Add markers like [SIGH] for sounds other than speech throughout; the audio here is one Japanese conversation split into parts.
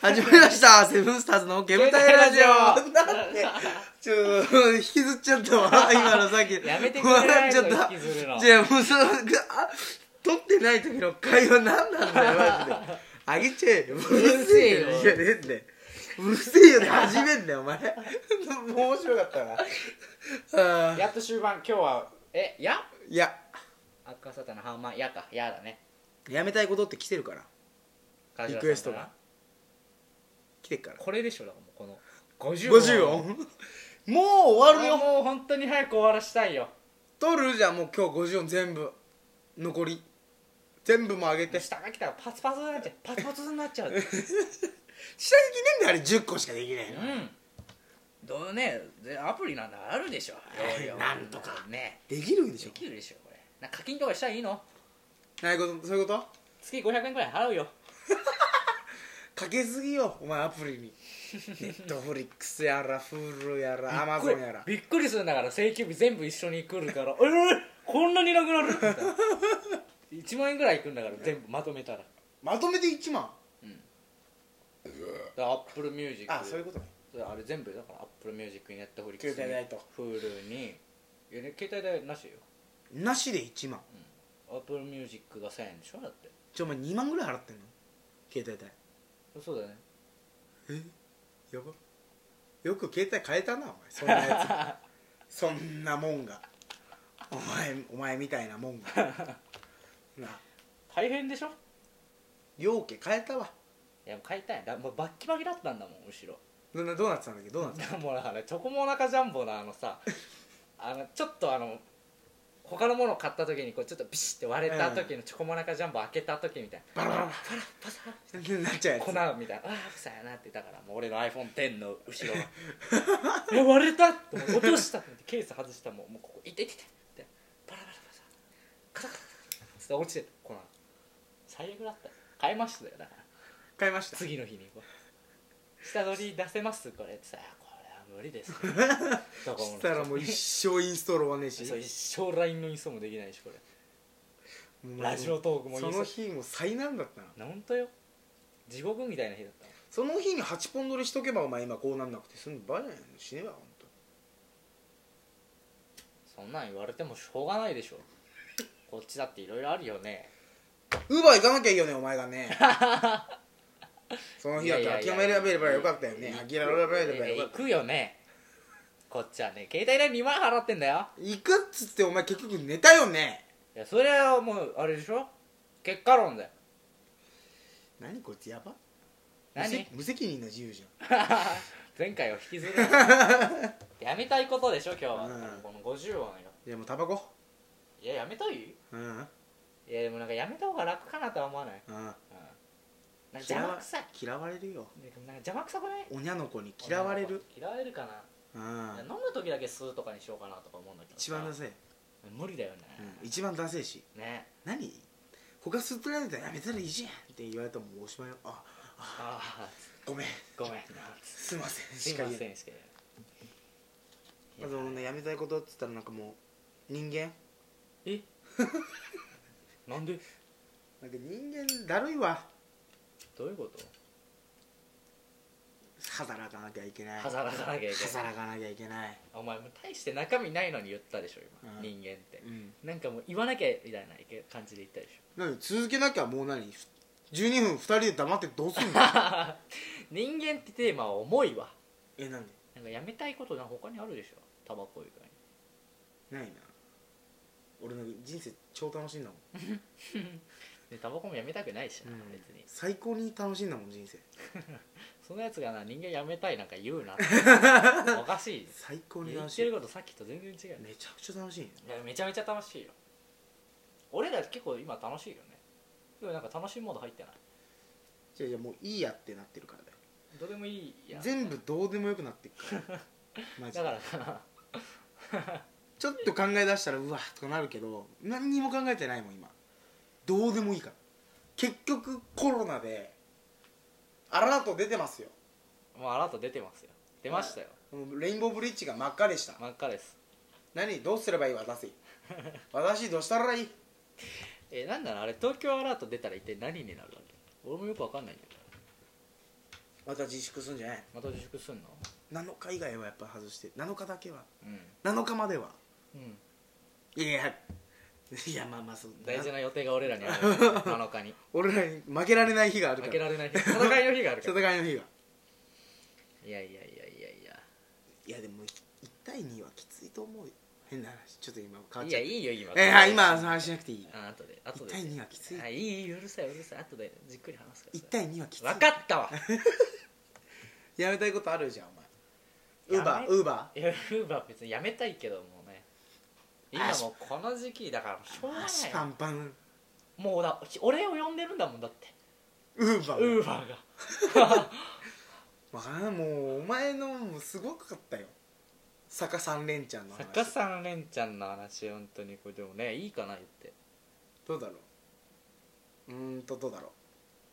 始まりましたセブンスターズの煙たいラジオなんでちょっと引きずっちゃったわ今のさっきやめてくれな笑っいちゃのった引きずるのじゃあもうそのあ撮ってない時の会話何なんだよマジであげちゃえようるせえよいやねんだようるせえよで始めんだよお前もう面白かったなあーやっと終盤今日はえやいや赤サタのハンマーやかやだねやめたいことって来てるから梶原さリんからクエストが来てっからこれでしょだからもうこの50 50音音もう終わるよもう本当に早く終わらしたいよ撮るじゃんもう今日50音全部残り全部も上げて下が来たらパツパツになっちゃうパツパツになっちゃう下書きねえんだよあれ10個しかできないうの、んどうねでアプリなんだあるでしょい容量なんとかねできるんでしでょきるでしょこれなんか課金とかしたらいいのないことそういうこと月500円くらい払うよかけすぎよお前アプリにネットフリックスやらフールやらアマゾンやらびっくりするんだから請求日全部一緒に来るから [LAUGHS] ええこんなになくなるみたいな1万円ぐらいいくんだから全部まとめたらまとめて1万アップルミュージックあそういうことねあれ全部だからアップルミュージックにネットフリックス携帯代にと Hulu にいや、ね、携帯代なしよなしで1万アップルミュージックが1000円でしょだってちょお前2万ぐらい払ってんの携帯代そうだよねやばよく携帯変えたなお前そんなや [LAUGHS] つそんなもんがお前お前みたいなもん [LAUGHS] がな大変でしょ両家変えたわいやもう買いたいだもうバッキバキだったんだもんむしろどんなどうなってたんだっけどうなってただからもうだからチョコモナカジャンボのあのさあのちょっとあの他のものを買った時にこうちょっとビシッて割れた時のチョコモナカジャンボ開けた時みたいバラバラバな、パサラなっちゃうやつ粉みたいな「ああうさやな」ってだからもう俺の iPhone10 の後 [LAUGHS] ろが「え割れた!」って思って落としたって思ってケース外したもうもうここ「いていていて」ってバラバラバラカタカタカタつって落ちてる粉最悪だった買いましたよだから買いました次の日にこう下取り出せますこれってさいやこれは無 [LAUGHS] 理ですねどこもしたらもう一生インストール終わんねえしそう一生 LINE のインストもできないしこれもうラジオトークもインそスのト日もう災難だったな本当よ地獄みたいな日だったその日に8ポンドでしとけばお前今こうなんなくて済む場合じゃないの死ねば本そんなん言われてもしょうがないでしょこっちだっていろいろあるよね当ウーバー行かなきゃいいよねお前がねその日だっいてやいやいや諦めればればよかったよね諦めればればよか行ったくよねこっちはね携帯代2万払ってんだよ行くっつってお前結局寝たよねいやそれはもうあれでしょ結果論だよ何こいつやば無何責無責任な自由じゃ前回を [LAUGHS] 引きずるなやめたいことでしょ今日は、うんこの50音よんいやもうタバコいややめたいいうんうんやでもなんかやめた方が楽かなとは思わない、うん、なんか邪魔くさい嫌われるよなんか邪魔くさくないおにゃの子に嫌われる嫌われるかうないや飲んむ時だけ吸うとかにしようかなとか思うんだけどさ一番ダセえ無理だよね、うん一番ダセえしね何他吸ってないんだったらやめたらいいじゃんって言われたらもうおしまいよあああごめんご [LAUGHS] めんすいませんすいしまかせん言すえないいませんまず俺ねやめたいことって言ったらなんかもう人間えなんでなんか人間だるいわどういうこと働かなきゃいけない働かなきゃいけない働かなきゃいけないお前もう大して中身ないのに言ったでしょ今、うん人間ってうんなんかもう言わなきゃみたいな感じで言ったでし何続けなきゃもう何12分2人で黙ってどうすんのょ人間ってテーマは重いわ [LAUGHS] えなんでなんかやめたいことなんか他にあるでしょタバコ以外にないな俺なんか人生超楽しいんだもんでタバコもやめたくないしな、うん別に最高に楽しいんだもん人生そのやつがな人間やめたいなんか言うな [LAUGHS] おかしい最高に言楽っしいてることさっきと全然違うねめちゃくちゃ楽しいねいやめちゃめちゃ楽しいよ俺ら結構今楽しいよねでもなんか楽しいモード入ってないじゃあじゃあもういいやってなってるからだよどうでもいいやん全部どうでもよくなってっから [LAUGHS] マジだでから [LAUGHS] さちょっと考え出したらうわとなるけど何にも考えてないもん今どうでもいいから結局コロナでアラート出てますよもうあなた出てますよ出ましたよレインボーブリッジが真っ赤でした真っ赤です何どうすればいい [LAUGHS] 私私どうしたらいいえなんだろうあれ東京アラート出たら一体何になるわけ俺もよくわかんないんだけまた自粛するんじゃないまた自粛すんの7日以外はやっぱ外して7日だけはうん、 7日まではうん、いやいやいやまあまあそう大事な予定が俺らにある7日に [LAUGHS] 俺らに負けられない日があるか負けらられない日戦いの [LAUGHS] 日があるから戦いの日がいやいやいやいやいやいやでも1対2はきついと思うよ変な話ちょっと今変わっいちゃやういいよ今えー、今話しなくていいあ後で後で一対二はきついあいいいうるさいうるさい後でじっくり話すから1対2はきつい分かったわやめたいことあるじゃんお前ウーやめバーウーバいやウーバー別にやめたいけどもね今あしもうこの時期だからしょうがー足なパいンパンもうだ俺を呼んでるんだもんだってウーバーウーバーがわからんもうお前のもうすごかったよ坂三連ちゃんの作家話さんれんちゃんの話本当にこれでもねいいかな言ってどうだろううーんとどうだろ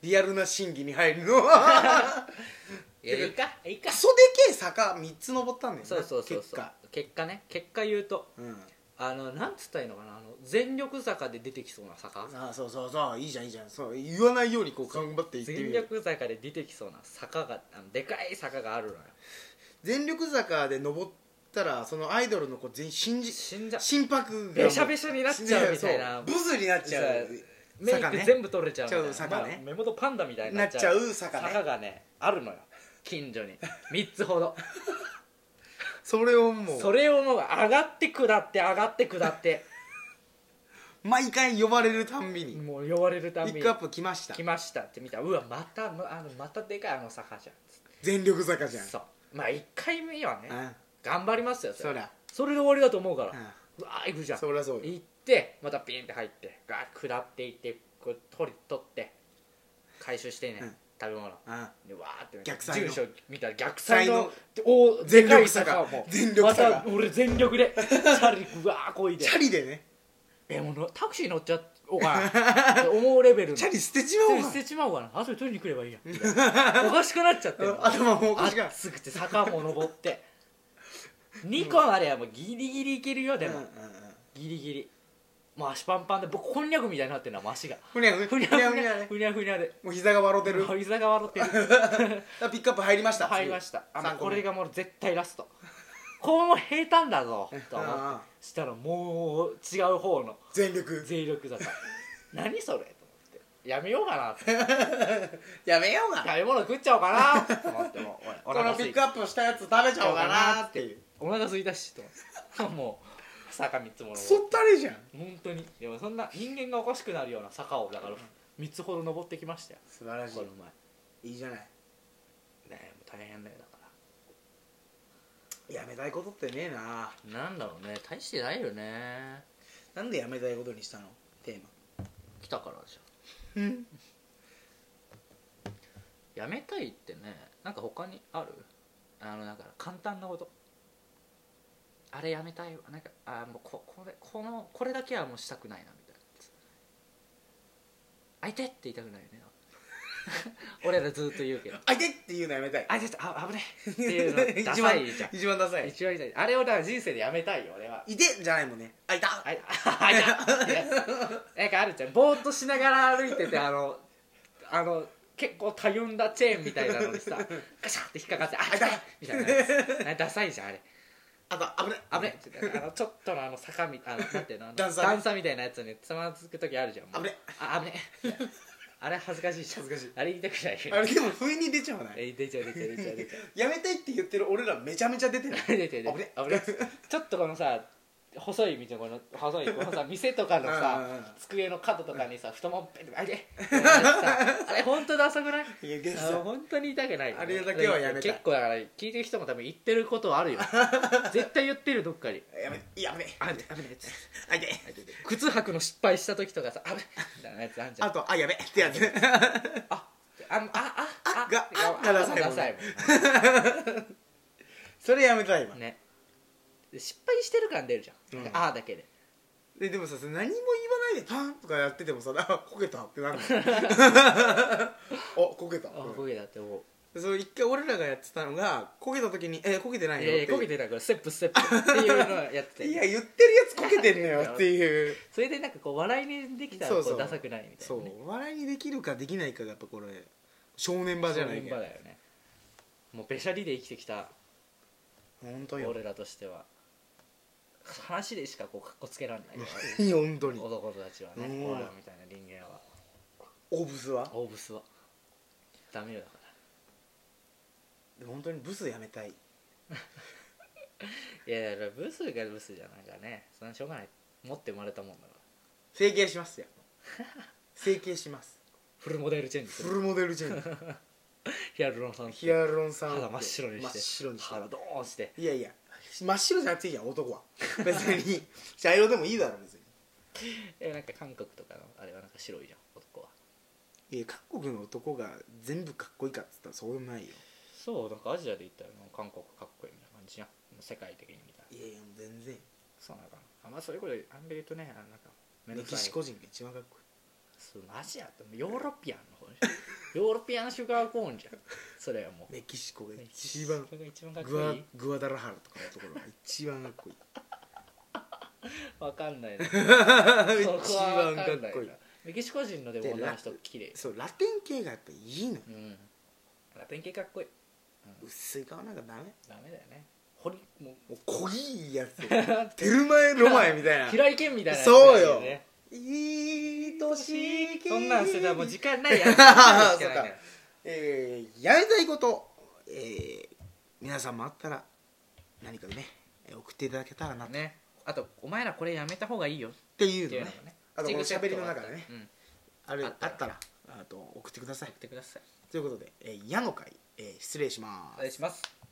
うリアルな審議に入るの [LAUGHS] いやてかいいかいいかクソでけえ坂3つ登ったんだよなそうそうそうそう結果結果ね結果言うとうんあのなんつったらいいのかなあの全力坂で出てきそうな坂ああそうそうそういいじゃんいいじゃんそう言わないようにこう頑張っていってみ全る力坂で出てきそうな坂があのでかい坂があるのよ全力坂で登ったらそのアイドルの子全員信じ死んじゃう心拍がべしゃべしゃになっちゃうみたいなそうブスになっちゃうメイ坂クね全部取れちゃうみたいなちゃう坂ねまあ目元パンダみたいにななっっちちゃゃうう坂ね坂がねあるのよ近所に3つほどそれをもうそれをもう上がって下って上がって下って毎回呼ばれるたんびにもう呼ばれるたピびッにクアップ来ました来ましたって見たらうわまたあのあのまたでかいあの坂じゃんつって全力坂じゃんそうまあ1回目はねうん頑張りますよそそれりゃそれで終わりだと思うからうんうわー行くじゃんそりゃそうよ行ってまたピンって入ってガーッ下っていってこう取り取って回収してね、うん食べ物うんでわーって逆サイの住所見たら逆サイのお全力坂坂をもう全力坂また俺全力でチャリうわーこいでチャリでねえもうなタクシー乗っちゃおうかなって思うレベルのチャリ捨てちチまャおリう捨かてちまおうかな後で取りに来ればいいやみたいなおかしくなっちゃってんの頭もおかしくなる暑くて坂も登って2個あればもうギリギリいけるよでも、うんうんうんギリギリもう足パンパンで僕こんにゃくみたいになってるの足がふにゃふにゃふふににゃゃふふににゃゃふにゃふにゃでもう膝が笑うてるもう膝が笑ってるあピックアップ入りました入りましたあもう三個こ目れがもう絶対ラストこれも平坦だぞと思ってああしたらもう違う方の全力税力坂何それと思ってやめようかなってやめようが食べ物食っちゃおうかなと思ってもうおこいお腹のすピいックアップしたやつ食べちゃおうかなっていうお腹すいたしと [LAUGHS] 思ってもう坂3つものクソったれじゃん本当にでもそんな人間がおかしくなるような坂をだから3つほど登ってきましたよ素晴らしこの前いいいじゃないねもう大変だよだからやめたいことってねえななんだろうね大してないよねなんでやめたいことにしたのテーマ来たからじゃんやめたいってねなんか他にあるあのだから簡単なことあれやめたいわなんかあもうここれこのこれだけはもうしたくないなみたいな相手って言いたくないよね俺らずっと言うけどあいてっていうのやめたいあちょっとあ危ね [LAUGHS] えっていうのダサいじゃん一番ダサい一番痛いあれをだから人生でやめたいよ俺はいてじゃないもんねあいたあいあいなんかあるじゃんぼーっとしながら歩いててあのあの結構たゆんだチェーンみたいなのにさガシャって引っかかって「あ痛い!」みたいなやつあダサいじゃんあれあと危ない危ねえってあのちょっとのあの坂みあのなんていうのあの段差ね段差みたいなやつにつまずく時あるじゃんもう危ねあ危ねえみたいなあれ恥ずかしいじゃん恥ずかしあれ言いたくないあれでも不意に出ちゃわないえ出ちゃう出ちゃう出ちゃう出ちゃうやめたいって言ってる俺らめちゃめちゃ [LAUGHS] [LAUGHS] 出てない出てる危ね危ね [LAUGHS] ちょっとこのさ細い道のこの細いこのさ店とかのうんうんうさん机の角とかにさ太ももペンとか [LAUGHS] あれあれ本当ダサくないいやゲあスのト本当に痛くないよねあれだけはやめたい結構だから聞いてる人も多分言ってるこ [LAUGHS] とあるよ絶対言ってるどっかにやめやめあ危ない危ないつあいて靴履くの失敗した時とかさ危ないみたいなやつあんじゃあんとあやべってやつあんあああがああがダサいもんねダサい [LAUGHS] それやめたいわもんねで失敗してる感出るじゃん、うんああだけでででもさそれ何も言わないでパンとかやっててもさあこけたって [LAUGHS] なるのあこけたあこげだって思うそう一回俺らがやってたのがこけた時に「えこけてないいよ」やいっやてこけてたからステップステップっていうのをやっ [LAUGHS] ていやて言ってるやつこけてんのよっていうそれでなんかこう笑いにできたらそこうそううダサくないみたいそなねうお笑いにできるかできないかがやっぱこれ正念場じゃないけ場どだよねもうべしゃりで生きてきた本当よ俺らとしては話でしかこうかっこつけられないから本当に男たちはねうん俺らみたいな人間はおブスは大ブスはダメよだからでも本当にブスやめたいいやいやブスがブスじゃなんかねそんなしょうがない持って生まれたもんだから整形しますよ整形しますフルモデルチェンジすフるルモデルチェンジヒアルロン酸ヒアルロン酸肌真っ白にし真てっ白にして肌ドーンしていやいや真っ白じゃなくていいやん男は [LAUGHS] 別に茶色でもいいだろ別えなんか韓国とかのあれはなんか白いじゃん男はにいや韓国の男が全部かっこいいかっつったらそうでもないよそうなんかアジアで言ったらなんか韓国かっこいいみたいな感じじゃんもう世界的にみたいないやいやもう全然そうなのかなあんまそういうことあんまり言うとねあのなんかめんメどくキさいシコ人が一番かっこそうアジアってもうヨーロピアンの方でしょ [LAUGHS] ヨーロピアンシュガーコーンじゃんそれはもいいメキシコがう一番それが一番かっこグアいいグアダラハラとかのところが一番かっこいいわかんないな [LAUGHS] 一そこはわ番んなかっこいいなメキシコ人のでも女の人綺麗そうラテン系がやっぱいいのようんラテン系かっこいい薄い顔なんかダメダメだよねほりももう濃いやつう [LAUGHS] テルマエロマエみたいな [LAUGHS] 平井堅みたいなやつそうだよねいい年そんなんしてたらもう時間 [LAUGHS] ないやつしあーかないねえーやりたいこと、えー皆さんもあったら何かねえー送っていただけたらなっねあとお前らこれやめた方がいいよっていてうのねいうのがねあとこの喋りの中でねうんあれああっったたららあと送ってくださ送いってくださいということで、えー矢の会、えー失礼しまおす願いします